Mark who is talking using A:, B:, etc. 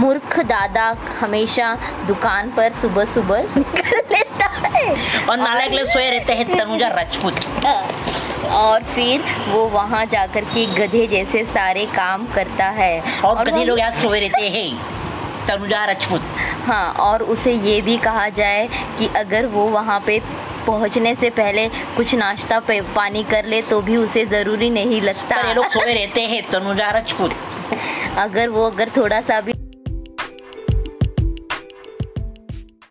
A: मूर्ख दादा हमेशा दुकान पर सुबह सुबह निकल लेता है
B: और नालायक लोग सोए रहते हैं तनुजा राजपूत
A: और फिर वो वहाँ जाकर के गधे जैसे सारे काम करता है
B: और गधे
A: वो-
B: लोग यहाँ सोए रहते हैं तनुजा राजपूत
A: हाँ और उसे ये भी कहा जाए कि अगर वो वहाँ पे पहुँचने से पहले कुछ नाश्ता पे- पानी कर ले तो भी उसे ज़रूरी नहीं लगता
B: पर ये लोग सोए रहते हैं तनुजा राजपूत
A: अगर वो अगर थोड़ा सा भी